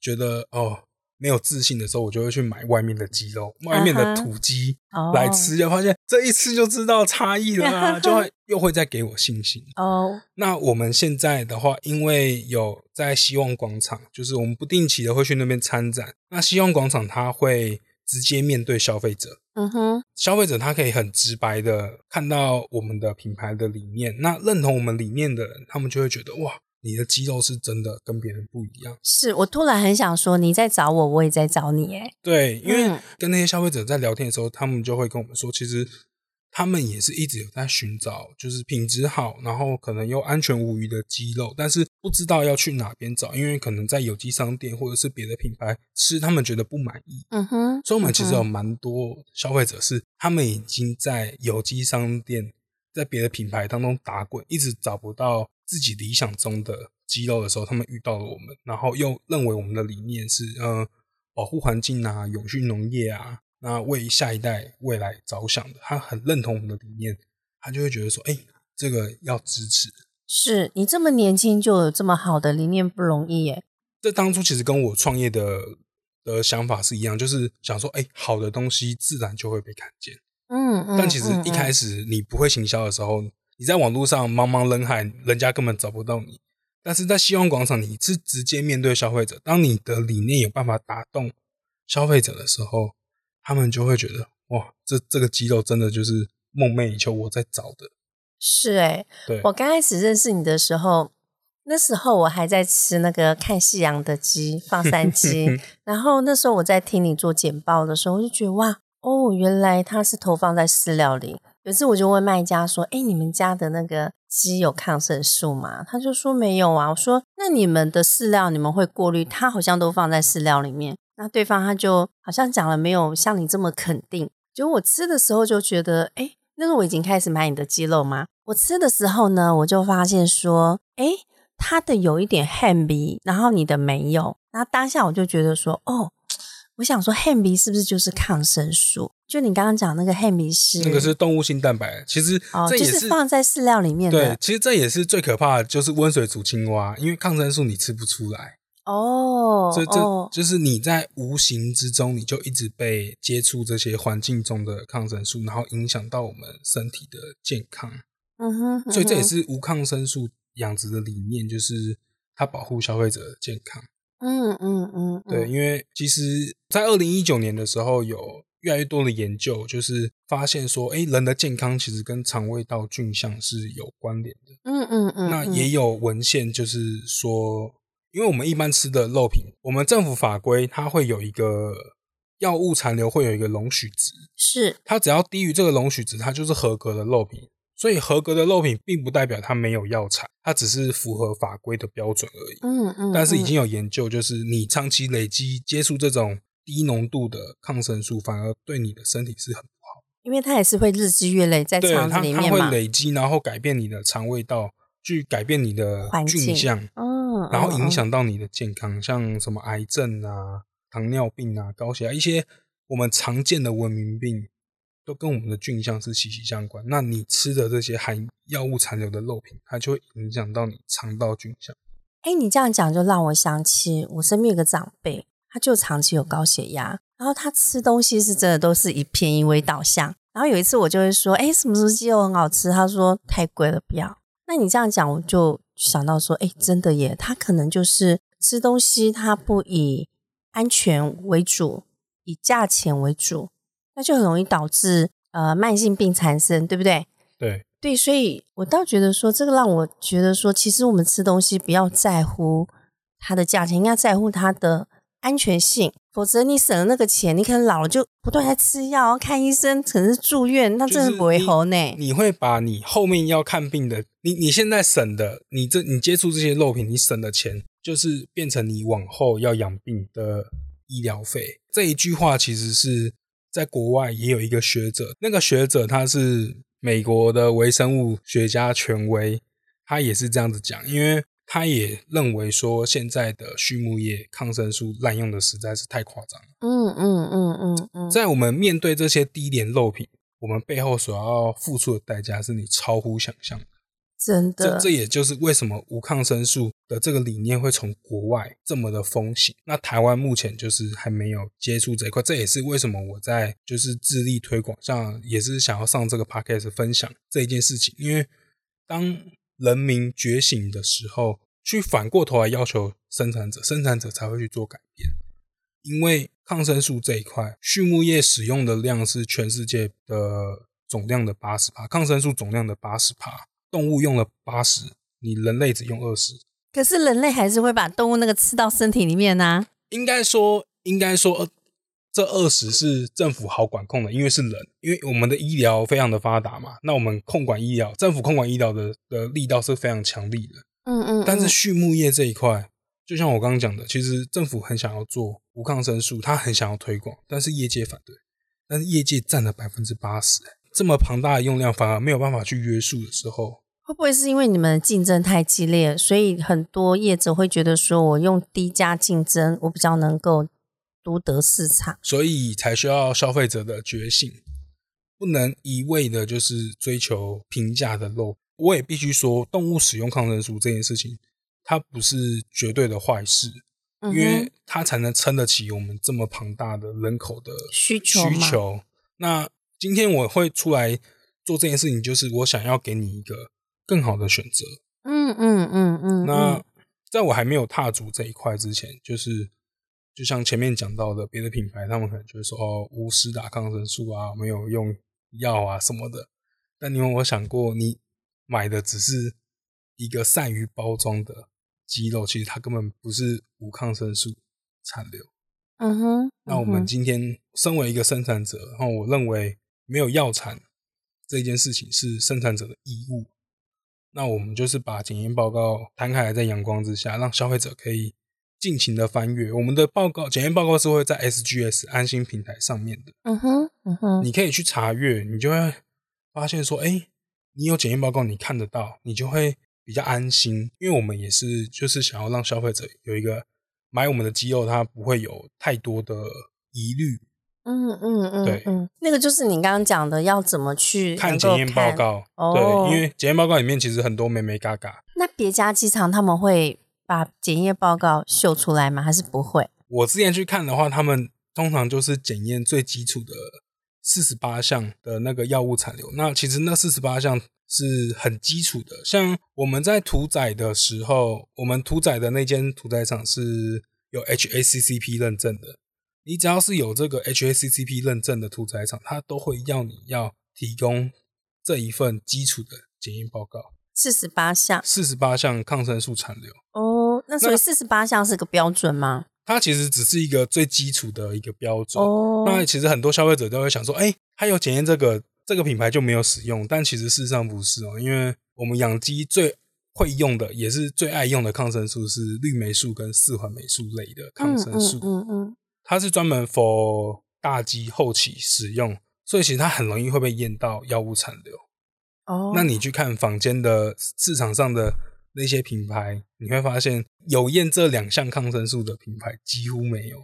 B: 觉得哦没有自信的时候，我就会去买外面的鸡肉，外面
A: 啊哈
B: 的土鸡
A: 哦
B: 来吃，就发现这一吃就知道差异 了啊，就会又会再给我信心。
A: 哦，
B: 那我们现在的话，因为有在希望广场，就是我们不定期的会去那边参展。那希望广场它会直接面对消费者，
A: 嗯哼，
B: 消费者他可以很直白的看到我们的品牌的理念，那认同我们理念的人，他们就会觉得哇，你的肌肉是真的跟别人不一样。
A: 是我突然很想说，你在找我，我也在找你，哎，
B: 对，因为
A: 嗯
B: 跟那些消费者在聊天的时候，他们就会跟我们说，其实他们也是一直有在寻找，就是品质好，然后可能又安全无虞的鸡肉，但是不知道要去哪边找，因为可能在有机商店或者是别的品牌吃，他们觉得不满意。
A: 嗯哼，
B: 所以，我们其实
A: 嗯
B: 有
A: 哼
B: 蛮多消费者是他们已经在有机商店、在别的品牌当中打滚，一直找不到自己理想中的肌肉的时候，他们遇到了我们，然后又认为我们的理念是呃保护环境啊、永续农业啊，那为下一代未来着想的，他很认同我们的理念，他就会觉得说，哎、这个要支持。
A: 是你这么年轻就有这么好的理念，不容易耶。
B: 这当初其实跟我创业的的想法是一样，就是想说，哎、好的东西自然就会被看见。
A: 嗯，嗯
B: 但其实一开
A: 始，
B: 始你不会行销的时候，你在网络上茫茫人海，人家根本找不到你。但是在希望广场，你是直接面对消费者。当你的理念有办法打动消费者的时候，他们就会觉得哇，这这个肌肉真的就是梦寐以求我在找的。
A: 是哎、
B: 对，
A: 我刚开始认识你的时候，那时候我还在吃那个看夕阳的鸡，放山鸡。然后那时候我在听你做简报的时候，我就觉得哇，哦，原来它是投放在饲料里。有一次我就问卖家说：“哎，你们家的那个鸡有抗生素吗？”他就说没有啊。我说：“那你们的饲料你们会过滤？它好像都放在饲料里面。”那对方他就好像讲了没有像你这么肯定。结果我吃的时候就觉得，哎，那时候我已经开始买你的鸡肉嘛。我吃的时候呢，我就发现说，哎，它的有一点 h a m y 然后你的没有。那当下我就觉得说，哦，我想说 h a m y 是不是就是抗生素？就你刚刚讲那个 h a m y 是
B: 那个是动物性蛋白，啊其实
A: 哦，
B: 这
A: 就
B: 也
A: 是放在饲料里面
B: 对
A: 的，
B: 其实这也是最可怕的，就是温水煮青蛙，因为抗生素你吃不出来，
A: 哦
B: 所以这、
A: 哦，
B: 就是你在无形之中你就一直被接触这些环境中的抗生素，然后影响到我们身体的健康。
A: 嗯哼，嗯哼
B: 所以这也是无抗生素养殖的理念，就是它保护消费者的健康。
A: 嗯嗯嗯，嗯
B: 对，，因为其实，在二零一九年的时候，有越来越多的研究，就是发现说，哎，人的健康其实跟肠胃道菌相是有关联的。
A: 嗯嗯嗯，
B: 那
A: 嗯
B: 也有文献就是说，因为我们一般吃的肉品，我们政府法规它会有一个药物残留会有一个容许值，
A: 是
B: 它只要低于这个容许值，它就是合格的肉品。所以合格的肉品并不代表它没有药材，它只是符合法规的标准而已。
A: 嗯嗯，
B: 但是已
A: 嗯
B: 经有研究，就是你长期累积接触这种低浓度的抗生素，反而对你的身体是很
A: 因为它也是会日积月累在
B: 对它
A: 肠子里
B: 它
A: 面
B: 会
A: 嘛，
B: 累积，然后改变你的肠胃道，去改变你的
A: 环境
B: 菌相，
A: 嗯，
B: 然后
A: 嗯
B: 影响到你的健康，像什么癌症啊、糖尿病啊、高血压一些我们常见的文明病，都跟我们的菌相是息息相关。那你吃的这些含药物残留的肉品，它就会影响到你肠道菌相。
A: 哎，你这样讲就让我想起我身边有个长辈，他就长期有高血压，然后他吃东西是真的都是以便宜为导向。然后有一次我就会说，哎，什么什么鸡肉很好吃，他说太贵了，不要。那你这样讲，我就想到说，哎，真的耶，他可能就是吃东西，他不以安全为主，以价钱为主，那就很容易导致呃慢性病缠身，对不对？
B: 对，
A: 对，所以我倒觉得说，这个让我觉得说，其实我们吃东西不要在乎它的价钱，应该在乎它的安全性。否则你省了那个钱，你可能老了就不断在吃药、看医生，可能是住院，那真的不会好呢。
B: 你会把你后面要看病的，你你现在省的，你这你接触这些肉品，你省的钱，就是变成你往后要养病的医疗费。这一句话其实是在国外也有一个学者，那个学者他是美国的微生物学家权威，他也是这样子讲，因为他也认为说现在的畜牧业抗生素滥用的实在是太夸张了。
A: 嗯嗯嗯嗯嗯，
B: 在我们面对这些低廉肉品，我们背后所要付出的代价是你超乎想象的。
A: 真
B: 这
A: 的
B: 这，也就是为什么无抗生素的这个理念会从国外这么的风行。那台湾目前就是还没有接触这一块，这也是为什么我在就是致力推广，像也是想要上这个 podcast 分享这一件事情，因为当人民觉醒的时候，去反过头来要求生产者，生产者才会去做改变。因为抗生素这一块，畜牧业使用的量是全世界的总量的八十趴，抗生素总量的八十趴，动物用了八十，你人类只用二十。
A: 可是人类还是会把动物那个吃到身体里面呐、
B: 应该说，应该说，呃这二十是政府好管控的，因为是人，因为我们的医疗非常的发达嘛，那我们控管医疗，政府控管医疗的的力道是非常强力的。
A: 嗯嗯，
B: 但是
A: 嗯
B: 畜牧业这一块，就像我刚刚讲的，其实政府很想要做无抗生素，他很想要推广，但是业界反对，但是业界占了百分之八十，这么庞大的用量反而没有办法去约束的时候，
A: 会不会是因为你们的竞争太激烈，所以很多业者会觉得说我用低价竞争，我比较能够独得市场？
B: 所以才需要消费者的觉醒，不能一味的就是追求平价的肉。我也必须说，动物使用抗生素这件事情，它不是绝对的坏事，
A: 嗯哼
B: 因为它才能撑得起我们这么庞大的人口的
A: 需求
B: 需
A: 嘛
B: 求。那今天我会出来做这件事情，就是我想要给你一个更好的选择。
A: 嗯嗯嗯嗯，
B: 那
A: 嗯
B: 在我还没有踏足这一块之前，就是就像前面讲到的，别的品牌他们可能就会说哦，无私打抗生素啊，没有用药啊什么的。但你有没有想过，你买的只是一个善于包装的鸡肉，其实它根本不是无抗生素残留。
A: 嗯哼，
B: 那我们今天身为一个生产者，然后我认为没有药产这件事情是生产者的义务。那我们就是把检验报告摊开来，在阳光之下，让消费者可以尽情的翻阅。我们的报告检验报告是会在 SGS 安心平台上面的，
A: 嗯哼，嗯哼，
B: 你可以去查阅，你就会发现说，哎、你有检验报告，你看得到，你就会比较安心。因为我们也是就是想要让消费者有一个买我们的鸡肉，它不会有太多的疑虑。
A: 嗯嗯嗯，
B: 对
A: 嗯，那个就是你刚刚讲的，要怎么去
B: 看
A: 能够
B: 检验报
A: 看。
B: 告，
A: 哦
B: 对，因为检验报告里面其实很多美美嘎嘎。
A: 那别家机场他们会把检验报告秀出来吗？还是不会？
B: 我之前去看的话，他们通常就是检验最基础的四十八项的那个药物残留。那其实那四十八项是很基础的，像我们在屠宰的时候，我们屠宰的那间屠宰场是有 HACCP 认证的。你只要是有这个 HACCP 认证的屠宰场，它都会要你要提供这一份基础的检验报告，
A: 四十八项
B: 四十八项抗生素残留。
A: 哦，那所以四十八项是个标准吗？
B: 它其实只是一个最基础的一个标准。
A: 哦，
B: 那其实很多消费者都会想说，哎、它有检验这个这个品牌就没有使用，但其实事实上不是哦，因为我们养鸡最会用的也是最爱用的抗生素是绿霉素跟四环霉素类的抗生素，
A: 嗯嗯嗯
B: 它是专门 for 大鸡后期使用，所以其实它很容易会被验到药物残留。
A: 嗯哦，
B: 那你去看坊间的市场上的那些品牌，你会发现有验这两项抗生素的品牌几乎没有。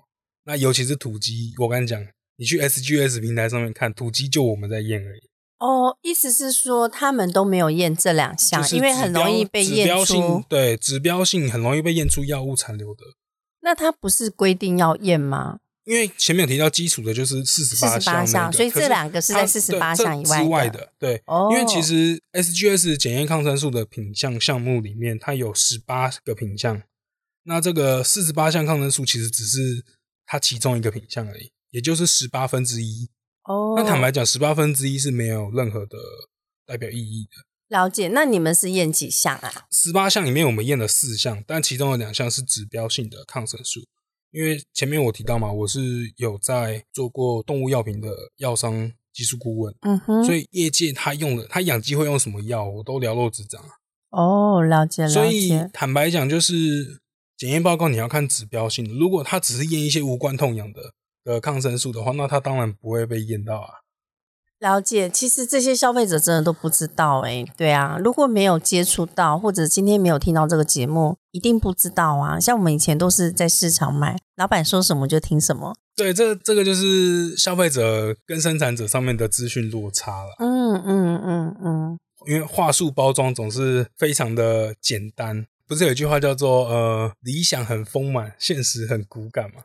B: 那尤其是土鸡，我跟你讲，你去 SGS 平台上面看，土鸡就我们在验而已，
A: 哦，意思是说他们都没有验这两项，
B: 就是
A: 因为很容易
B: 指标
A: 被
B: 指
A: 验
B: 标
A: 出
B: 性。对指标性很容易被验出药物残留的。
A: 那他不是规定要验吗？
B: 因为前面有提到基础的就是四十
A: 四
B: 八
A: 十八项，所以这两个是在四十八项以
B: 外
A: 外
B: 的。对，
A: 哦
B: 因为其实 SGS 检验抗生素的品项项目里面，它有十八个品项，那这个四十八项抗生素其实只是它其中一个品项而已，也就是十八分之一。
A: 哦。
B: 那坦白讲，十八分之一是没有任何的代表意义的。
A: 了解，那你们是验几项啊？
B: 十八项里面我们验了四项，但其中有两项是指标性的抗生素。因为前面我提到嘛，我是有在做过动物药品的药商技术顾问，
A: 嗯哼，
B: 所
A: 以
B: 以业界他用的，他养鸡会用什么药，我都了若指掌。
A: 哦，了解
B: 所
A: 了
B: 以
A: 解，
B: 坦白讲，就是检验报告你要看指标性的。如果他只是验一些无关痛痒的的抗生素的话，那他当然不会被验到啊。
A: 了解。其实这些消费者真的都不知道哎、对啊，如果没有接触到，或者今天没有听到这个节目，一定不知道啊。像我们以前都是在市场买，老板说什么就听什么。
B: 对，这这个就是消费者跟生产者上面的资讯落差了。
A: 嗯嗯嗯嗯，
B: 因为话术包装总是非常的简单。不是有一句话叫做“呃，理想很丰满，现实很骨感” 嘛？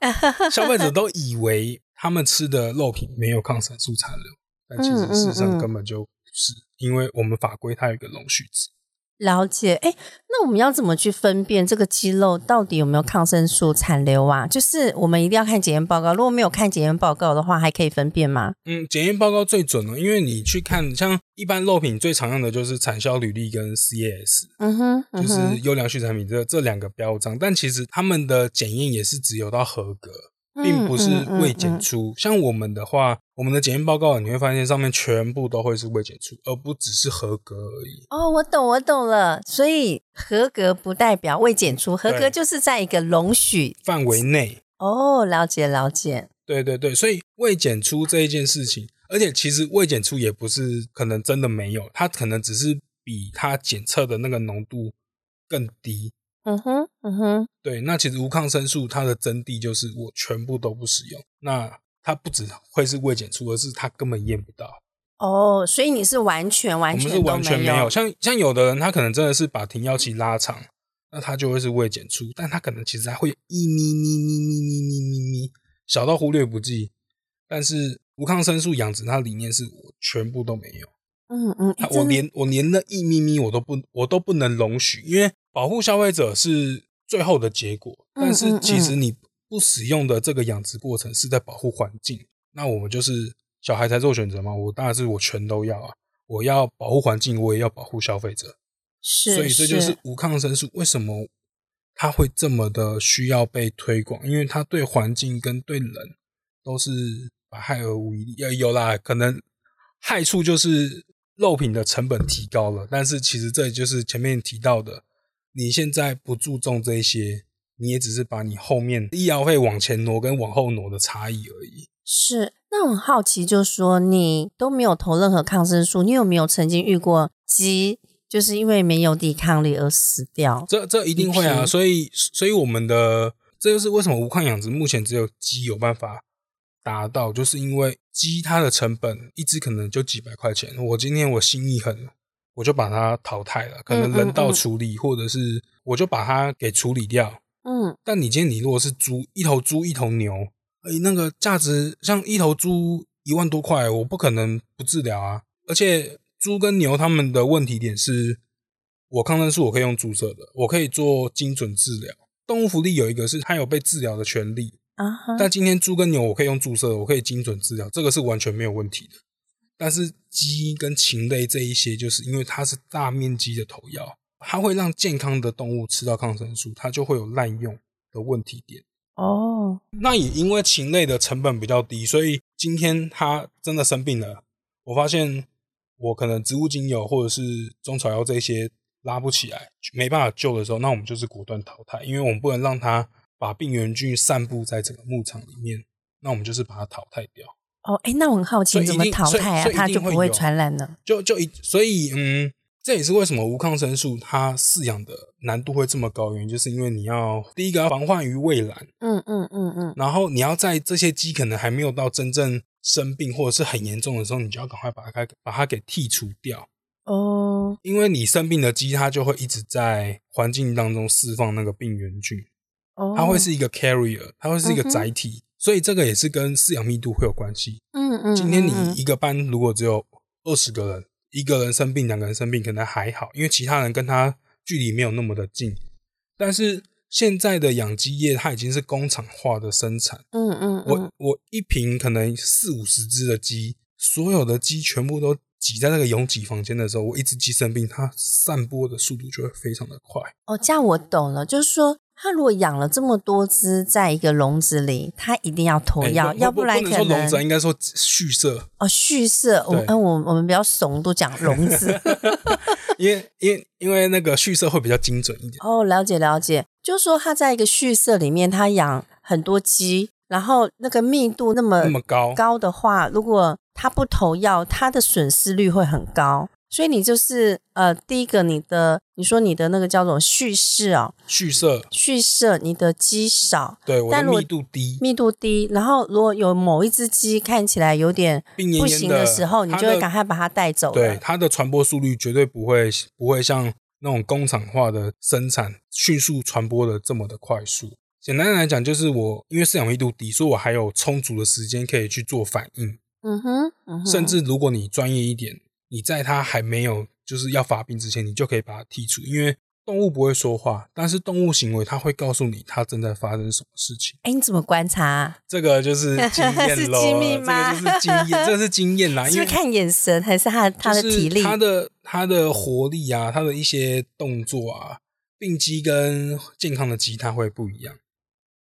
B: 消费者都以为他们吃的肉品没有抗生素残留，但其实
A: 嗯
B: 事实
A: 嗯嗯
B: 上根本就不是，因为我们法规它有一个容许值。
A: 了解。哎，那我们要怎么去分辨这个鸡肉到底有没有抗生素残留啊？就是我们一定要看检验报告，如果没有看检验报告的话，还可以分辨吗？
B: 嗯，检验报告最准了，因为你去看，像一般肉品最常用的就是产销履历跟 CAS，
A: 嗯哼，嗯
B: 就
A: 哼
B: 是优良畜产品这这两个标章，但其实他们的检验也是只有到合格，并不是未检
A: 嗯嗯嗯嗯
B: 出。像我们的话，我们的检验报告你会发现上面全部都会是未检出，而不只是合格而已。
A: 哦，我懂，我懂了。所以合格不代表未检出，合格
B: 对
A: 就是在一个容许。
B: 范围内，
A: 哦，了解了解。
B: 对对对，所以未检出这一件事情，而且其实未检出也不是可能真的没有，它可能只是比它检测的那个浓度更低。
A: 嗯哼，嗯哼，
B: 对，那其实无抗生素它的真谛就是我全部都不使用。那它不只会是未检出，而是它根本验不到。
A: 哦，所以你是完全
B: 我
A: 完
B: 们
A: 全
B: 是完全
A: 都
B: 没
A: 有。
B: 有，像像有的人他可能真的是把停药期拉长，那他就会是未检出，但他可能其实还会有一咪咪咪咪咪咪咪咪，小到忽略不计。但是无抗生素养殖它的理念是我全部都没有。
A: 嗯嗯，诶
B: 啊我
A: 真的
B: 连我连那一咪咪我都不我都不能容许，因为保护消费者是最后的结果，
A: 嗯
B: 但是
A: 嗯
B: 其实你不使用的这个养殖过程是在保护环境，那我们就是小孩才做选择嘛，我当然是我全都要啊，我要保护环境，我也要保护消费者，
A: 是，
B: 所以这就是无抗生素为什么它会这么的需要被推广，因为它对环境跟对人都是百害而无一利。呃，有啦，可能害处就是肉品的成本提高了，但是其实这就是前面提到的，你现在不注重这一些。你也只是把你后面医药费往前挪跟往后挪的差异而已。
A: 是。那我很好奇，就是说你都没有投任何抗生素，你有没有曾经遇过鸡就是因为没有抵抗力而死掉？
B: 这这一定会
A: 一
B: 啊，
A: 批
B: 所以所以我们的这就是为什么无抗养殖目前只有鸡有办法达到，就是因为鸡它的成本一只可能就几百块钱，我今天我心一狠，我就把它淘汰了，可能
A: 嗯嗯
B: 人道
A: 嗯
B: 处理，或者是我就把它给处理掉。
A: 嗯，
B: 但你今天你如果是猪，一头猪一头牛，哎，那个价值像一头猪一万多块，我不可能不治疗啊。而且猪跟牛它们的问题点是，我抗生素我可以用注射的，我可以做精准治疗。动物福利有一个是它有被治疗的权利，
A: 啊哈，
B: 但今天猪跟牛我可以用注射的，我可以精准治疗，这个是完全没有问题的。但是鸡跟禽类这一些，就是因为它是大面积的投药，它会让健康的动物吃到抗生素，它就会有滥用的问题点。
A: 哦，
B: 那也因为禽类的成本比较低，所以今天它真的生病了，我发现我可能植物精油或者是中草药这些拉不起来，没办法救的时候，那我们就是果断淘汰，因为我们不能让它把病原菌散布在整个牧场里面，那我们就是把它淘汰掉。
A: 哦，哎，那我很好
B: 所
A: 奇，
B: 以
A: 怎
B: 一
A: 么
B: 定
A: 淘
B: 所以
A: 汰啊
B: 所？以一
A: 它
B: 定
A: 就不
B: 会
A: 会
B: 有
A: 传染呢？
B: 就就一，所以嗯，这也是为什么无抗生素它饲养的难度会这么高，原因就是因为你要第一个要防患于未然，
A: 嗯嗯嗯嗯，
B: 然后你要在这些鸡可能还没有到真正生病或者是很严重的时候，你就要赶快把它把它给剔除掉，
A: 哦，
B: 因为你生病的鸡它就会一直在环境当中释放那个病原菌，
A: 哦，
B: 它会是一个 carrier，它会是一个
A: 嗯哼
B: 载体，所以这个也是跟饲养密度会有关系。
A: 嗯，嗯嗯，
B: 今天你
A: 嗯
B: 一个班如果只有二十个人，一个人生病，两个人生病可能还好，因为其他人跟他距离没有那么的近，但是。现在的养鸡业，它已经是工厂化的生产，
A: 嗯嗯，
B: 我我一瓶可能四五十只的鸡，所有的鸡全部都挤在那个拥挤房间的时候，我一只鸡生病，它散播的速度就会非常的快。
A: 哦，这样我懂了，就是说，它如果养了这么多只在一个笼子里，它一定要投
B: 哎
A: 药，哦要
B: 不
A: 然
B: 不能
A: 可
B: 说笼
A: 能
B: 子啊，应该说蓄舍，
A: 哦蓄色。我
B: 对
A: 嗯，我我们比较怂，都讲笼 子。
B: 因为因为因为那个蓄舍会比较精准一点。
A: 哦，了解了解，就是说它在一个蓄色里面，它养很多鸡，然后那个密度那么
B: 那么高，
A: 高的话，如果它不投药，它的损失率会很高。所以你就是呃，第一个你的你说你的那个叫做蓄势哦，
B: 蓄舍
A: 蓄色，你的鸡少，
B: 对我的
A: 但如果
B: 密度低，
A: 密度低，然后如果有某一只鸡看起来有点
B: 病恹恹
A: 不行的时候，你
B: 它
A: 就会
B: 的
A: 赶快把它带走
B: 对
A: 了。
B: 它的传播速率绝对不会不会像那种工厂化的生产迅速传播的这么的快速。简单来讲，就是我因为饲养密度低，所以我还有充足的时间可以去做反应。
A: 嗯哼，嗯哼
B: 甚至如果你专业一点，你在它还没有就是要发病之前，你就可以把它剔除，因为动物不会说话，但是动物行为它会告诉你它正在发生什么事情。
A: 哎，你怎么观察啊？
B: 这个就是经
A: 是
B: 验喽，
A: 机
B: 这
A: 密吗
B: 个就是经验，这个是经验啦，
A: 是
B: 啊因
A: 不
B: 为
A: 是看眼神，还是他他的
B: 就是
A: 体力？
B: 它的它的活力啊，它的一些动作啊，病鸡跟健康的鸡它会不一样。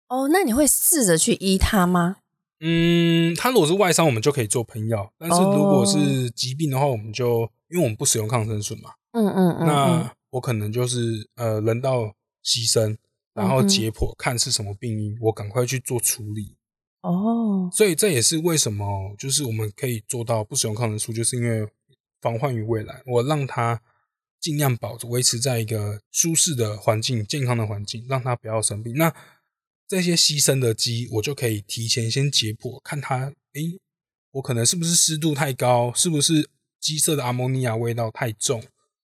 A: 哦，那你会试着去医它吗？
B: 嗯，它如果是外伤，我们就可以做喷药；但是如果
A: 哦
B: 是疾病的话，我们就因为我们不使用抗生素嘛，
A: 嗯嗯嗯嗯，
B: 那我可能就是呃人道牺牲，然后
A: 嗯嗯
B: 解剖看是什么病因，我赶快去做处理。
A: 哦，
B: 所以这也是为什么，就是我们可以做到不使用抗生素，就是因为防患于未然，我让它尽量保维持在一个舒适的环境、健康的环境，让它不要生病。那这些牺牲的鸡，我就可以提前先解剖，看它，诶、我可能是不是湿度太高，是不是鸡舍的阿莫尼亚味道太重，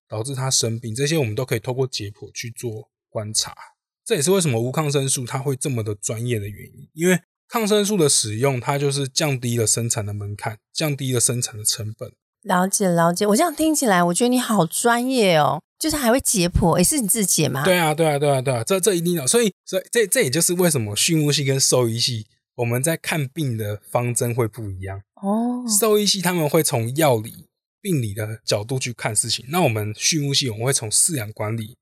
B: 导致它生病，这些我们都可以透过解剖去做观察。这也是为什么无抗生素它会这么的专业的原因，因为抗生素的使用，它就是降低了生产的门槛，降低了生产的成本。
A: 了解了解。我这样听起来，我觉得你好专业哦，就是还会解剖，也是你自己解吗？
B: 对啊，对啊，对啊，对啊，这这一定要，所以所以这这也就是为什么畜牧系跟兽医系我们在看病的方针会不一样。
A: 哦，
B: 兽医系他们会从药理病理的角度去看事情。那我们畜牧系我们会从饲养管理，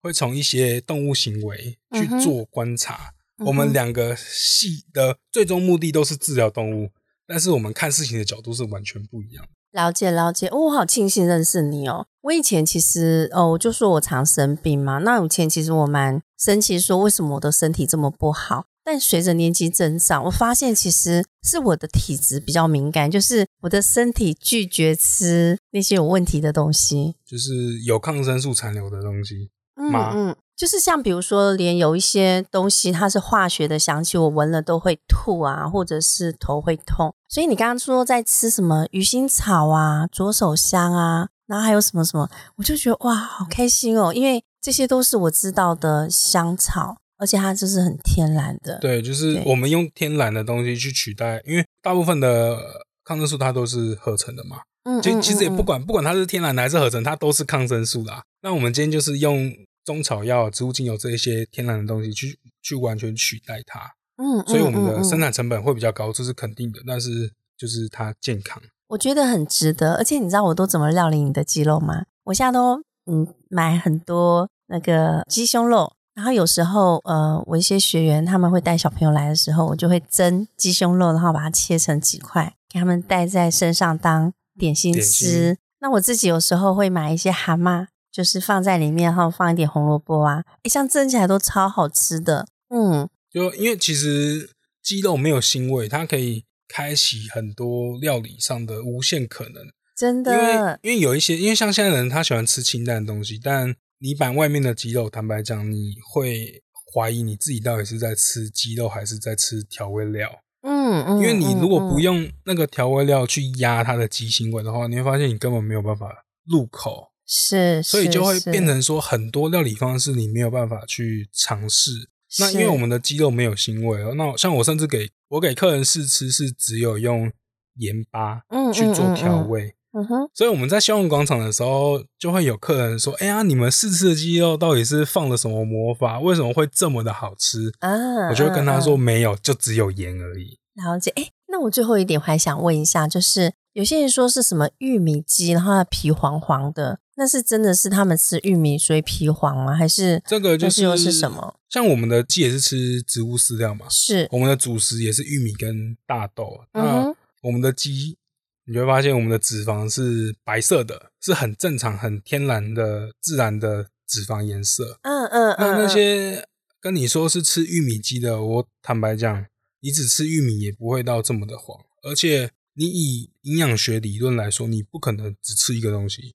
B: 会从一些动物行为去
A: 嗯哼
B: 做观察。
A: 嗯
B: 我们
A: 哼
B: 两个系的最终目的都是治疗动物，但是我们看事情的角度是完全不一样的。
A: 了解了解，哦，我好庆幸认识你哦。我以前其实哦，我就说我常生病嘛。那以前其实我蛮生气，说为什么我的身体这么不好？但随着年纪增长，我发现其实是我的体质比较敏感，就是我的身体拒绝吃那些有问题的东西。
B: 就是有抗生素残留的东西，
A: 嗯
B: 吗
A: 嗯，就是像比如说，连有一些东西它是化学的香气，我闻了都会吐啊，或者是头会痛。所以你刚刚说在吃什么鱼腥草啊、左手香啊，然后还有什么什么，我就觉得哇，好开心哦，因为这些都是我知道的香草，而且它就是很天然的。
B: 对，就是
A: 呃对
B: 我们用天然的东西去取代，因为大部分的抗生素它都是合成的嘛。
A: 嗯，嗯
B: 其实其实也
A: 嗯
B: 不
A: 嗯
B: 管不管它是天然的还是合成，它都是抗生素啦。那我们今天就是用中草药、植物精油这一些天然的东西去去完全取代它，
A: 嗯，嗯
B: 所以我们
A: 嗯
B: 的
A: 嗯
B: 生产成本会比较高，这是肯定的。但是就是它健康，
A: 我觉得很值得，而且你知道我都怎么料理你的鸡肉吗？我现在都嗯买很多那个鸡胸肉，然后有时候呃我一些学员他们会带小朋友来的时候，我就会蒸鸡胸肉，然后把它切成几块，给他们带在身上当点心
B: 点
A: 吃
B: 心。
A: 那我自己有时候会买一些蛤蟆，就是放在里面，然后放一点红萝卜啊，诶像蒸起来都超好吃的。嗯，
B: 就因为其实鸡肉没有腥味，它可以开启很多料理上的无限可能。
A: 真
B: 因为
A: 的，
B: 因为有一些，因为像现在的人他喜欢吃清淡的东西，但你买外面的鸡肉，坦白讲，你会怀疑你自己到底是在吃鸡肉还是在吃调味料。
A: 嗯嗯，
B: 因为你如果
A: 嗯
B: 不用那个调味料去压它的鸡腥味的话，你会发现你根本没有办法入口，
A: 是，
B: 所以
A: 是
B: 就会
A: 是
B: 变成说很多料理方式你没有办法去尝试。那因为
A: 是
B: 我们的鸡肉没有腥味哦，那像我甚至给我给客人试吃是只有用盐巴
A: 嗯
B: 去做调，
A: 嗯嗯
B: 味。
A: 嗯嗯哼。
B: 所以我们在消融广场的时候，就会有客人说：“哎呀，你们试吃的鸡肉到底是放了什么魔法？为什么会这么的好吃？”
A: 啊，
B: 我就会跟他说：“
A: 嗯
B: 没有，就只有盐而已。
A: 嗯了解。哎，那我最后一点还想问一下，就是有些人说是什么玉米鸡，然后它的皮黄黄的，那是真的是他们吃玉米所以皮黄吗？还是”
B: 这个就
A: 但是又
B: 是
A: 是什么？
B: 像我们的鸡也是吃植物饲料嘛，
A: 是？
B: 我们的主食也是玉米跟大豆。啊
A: 嗯
B: 那
A: 哼
B: 我们的鸡，你就会发现我们的脂肪是白色的，是很正常、很天然的、自然的脂肪颜色。
A: 嗯嗯嗯，
B: 那那
A: 嗯
B: 些跟你说是吃玉米鸡的，我坦白讲，你只吃玉米也不会到这么的黄，而且你以营养学理论来说，你不可能只吃一个东西。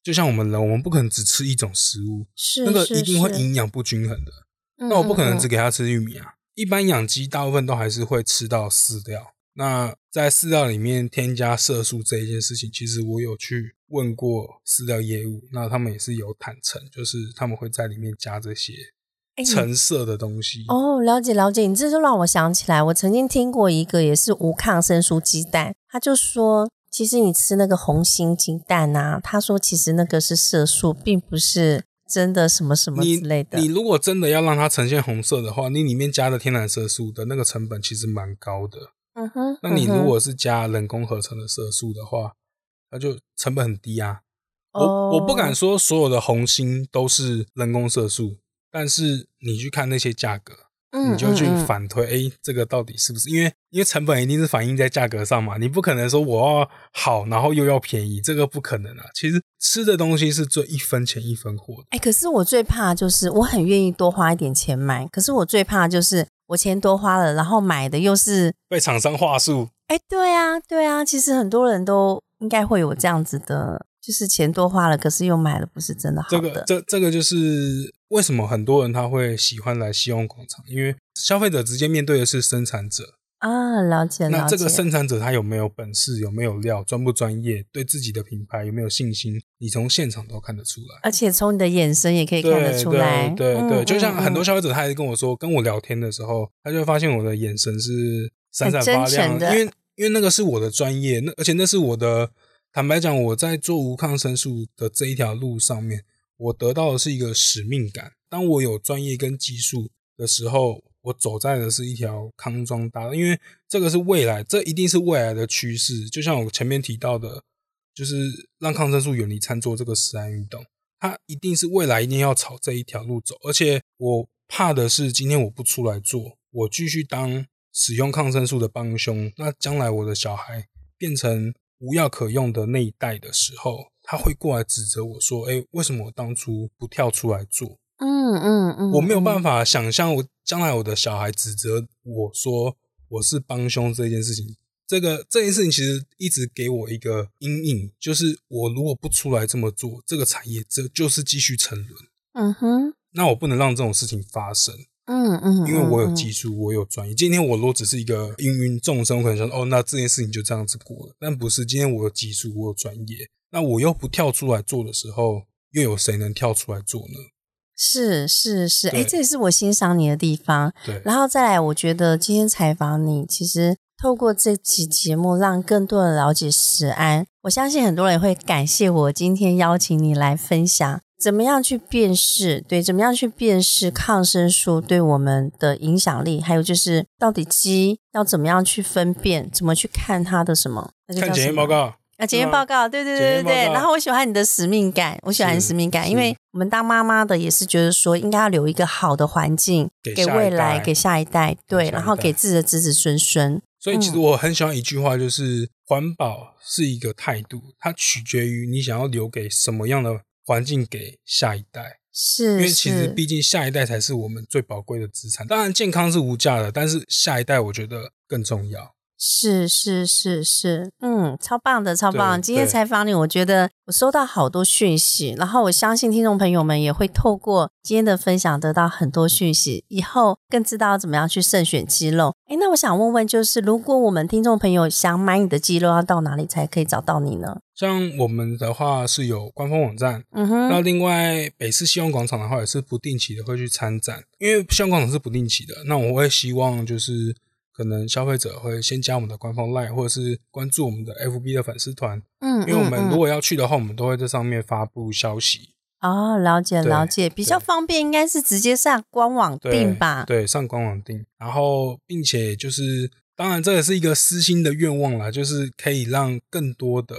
B: 就像我们人，我们不可能只吃一种食物，
A: 是
B: 那个
A: 是
B: 一定会
A: 是
B: 营养不均衡的。
A: 嗯
B: 那我不可能
A: 嗯
B: 只给它吃玉米啊。一般养鸡大部分都还是会吃到饲料。那在饲料里面添加色素这一件事情，其实我有去问过饲料业务，那他们也是有坦诚，就是他们会在里面加这些
A: 哎你
B: 橙色的东西。
A: 哦，了解了解，你这就让我想起来，我曾经听过一个也是无抗生素鸡蛋，他就说，其实你吃那个红心鸡蛋啊，他说其实那个是色素，并不是真的什么什么
B: 你
A: 之类的
B: 你。如果真的要让它呈现红色的话，你里面加的天然色素的那个成本其实蛮高的。
A: 嗯哼，
B: 那你
A: 嗯哼
B: 如果是加人工合成的色素的话，它就成本很低啊。
A: 哦
B: 我我不敢说所有的红心都是人工色素，但是你去看那些价格，
A: 嗯
B: 你就去
A: 嗯嗯
B: 反推，哎、这个到底是不是？因为因为成本一定是反映在价格上嘛，你不可能说我要好，然后又要便宜，这个不可能啊。其实吃的东西是最一分钱一分货的。
A: 哎、可是我最怕就是我很愿意多花一点钱买，可是我最怕就是我钱多花了，然后买的又是
B: 被厂商话术，
A: 哎、对啊对啊，其实很多人都应该会有这样子的，就是钱多花了，可是又买了不是真的好
B: 这
A: 的。
B: 个这这个就是为什么很多人他会喜欢来西虹广场，因为消费者直接面对的是生产者，
A: 啊，了解了解。
B: 那这个生产者他有没有本事，有没有料，专不专业，对自己的品牌有没有信心，你从现场都看得出来。
A: 而且从你的眼神也可以看得
B: 对
A: 出来，
B: 对对对，
A: 嗯
B: 就像很
A: 嗯
B: 多
A: 嗯
B: 消费者，他也跟我说，跟我聊天的时候，他就会发现我的眼神是闪闪发
A: 很真
B: 亮
A: 诚的
B: 因为因为那个是我的专业，那而且那是我的，坦白讲，我在做无抗生素的这一条路上面，我得到的是一个使命感。当我有专业跟技术的时候，我走在的是一条康庄大道，因为这个是未来，这一定是未来的趋势。就像我前面提到的，就是让抗生素远离餐桌这个实案运动，它一定是未来一定要朝这一条路走。而且我怕的是，今天我不出来做，我继续当使用抗生素的帮凶，那将来我的小孩变成无药可用的那一代的时候，他会过来指责我说：“哎、为什么我当初不跳出来做？”
A: 嗯嗯嗯，
B: 我没有
A: 嗯
B: 办法想象我将来我的小孩指责我说我是帮凶这件事情。这个这件事情其实一直给我一个阴影，就是我如果不出来这么做，这个产业这就是继续沉沦。
A: 嗯哼，
B: 那我不能让这种事情发生，
A: 嗯嗯，
B: 因为我有
A: 嗯
B: 技术，我有专业。今天我如果只是一个芸芸众生，我可能想说哦，那这件事情就这样子过了。但不是，今天我有技术，我有专业，那我又不跳出来做的时候，又有谁能跳出来做呢？
A: 是是是，哎，
B: 对
A: 这也是我欣赏你的地方。
B: 对，
A: 然后再来，我觉得今天采访你，其实透过这期节目，让更多人了解食安。我相信很多人会感谢我今天邀请你来分享，怎么样去辨识，对，怎么样去辨识抗生素对我们的影响力，还有就是到底鸡要怎么样去分辨，怎么去看它的什么？那就叫
B: 看检验
A: 什么
B: 报告。
A: 啊，检验
B: 对啊
A: 报告，对对
B: 检
A: 对对
B: 验
A: 对。
B: 报告
A: 然后我喜欢你的使命感，我喜欢你的
B: 是
A: 使命感，
B: 是
A: 因为我们当妈妈的也是觉得说，应该要留一个好的环境
B: 给
A: 给
B: 下一
A: 未来、
B: 代
A: 给下一代，对，
B: 下一
A: 然后
B: 代
A: 给自己的子子孙孙。
B: 所以其实
A: 嗯
B: 我很喜欢一句话，就是环保是一个态度，它取决于你想要留给什么样的环境给下一代。
A: 是
B: 因为其实
A: 是，
B: 毕竟下一代才是我们最宝贵的资产。当然健康是无价的，但是下一代我觉得更重要。
A: 是是是是，嗯，超棒的，超
B: 对
A: 棒！今天
B: 对
A: 采访你，我觉得我收到好多讯息，然后我相信听众朋友们也会透过今天的分享得到很多讯息，以后更知道怎么样去慎选鸡肉。诶，那我想问问，就是如果我们听众朋友想买你的鸡肉，要到哪里才可以找到你呢？
B: 像我们的话是有官方网站，
A: 嗯
B: 那
A: 哼，
B: 另外北市希望广场的话也是不定期的会去参展，因为希望广场是不定期的，那我会希望就是可能消费者会先加我们的官方 LINE 或者是关注我们的 FB 的粉丝团，
A: 嗯，
B: 因为我
A: 嗯
B: 们
A: 嗯
B: 如果要去的话，我们都会在上面发布消息。
A: 哦，了解
B: 对
A: 了解，比较
B: 对
A: 方便应该是直接上官网
B: 对
A: 订吧？
B: 对，上官网订，然后并且就是，当然这也是一个私心的愿望啦，就是可以让更多的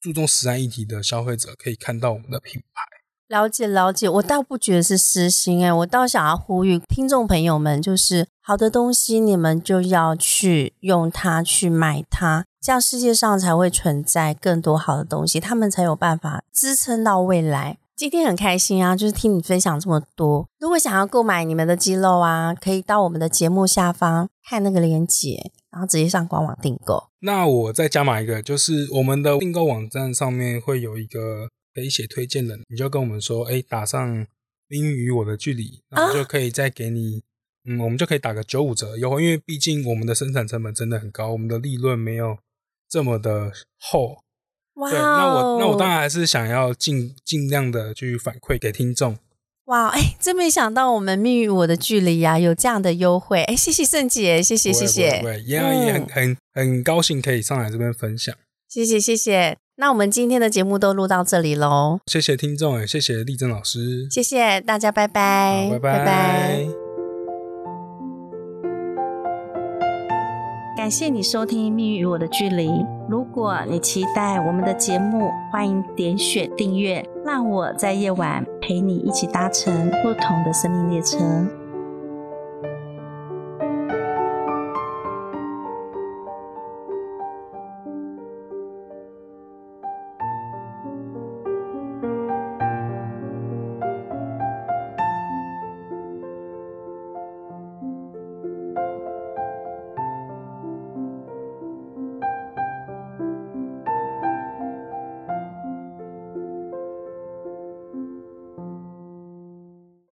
B: 注重实安议题的消费者可以看到我们的品牌。
A: 了解了解，我倒不觉得是私心哎、我倒想要呼吁听众朋友们，就是好的东西你们就要去用它去买它，这样世界上才会存在更多好的东西，他们才有办法支撑到未来。今天很开心啊，就是听你分享这么多。如果想要购买你们的鸡肉啊，可以到我们的节目下方看那个链接，然后直接上官网订购。
B: 那我再加码一个，就是我们的订购网站上面会有一个可以写推荐人，你就跟我们说，哎，打上英语我的距离，那我们就可以再给你，嗯，我们就可以打个九五折优惠，因为毕竟我们的生产成本真的很高，我们的利润没有这么的厚，
A: 哇
B: 对，那
A: 哦
B: 我那我当然还是想要尽尽量的去反馈给听众，
A: 哇，哎，真没想到我们《密与我的距离》呀，有这样的优惠，哎，谢谢圣姐，谢谢
B: 不
A: 谢
B: 会
A: 谢
B: 不会不会也也很
A: 嗯
B: 很很高兴可以上来这边分享，
A: 谢谢谢谢。那我们今天的节目都录到这里喽，
B: 谢谢听众，也谢谢丽珍老师，
A: 谢谢大家，拜拜，
B: 好拜拜
A: 感谢你收听《命运与我的距离》。如果你期待我们的节目，欢迎点选订阅，让我在夜晚陪你一起搭乘不同的生命列车。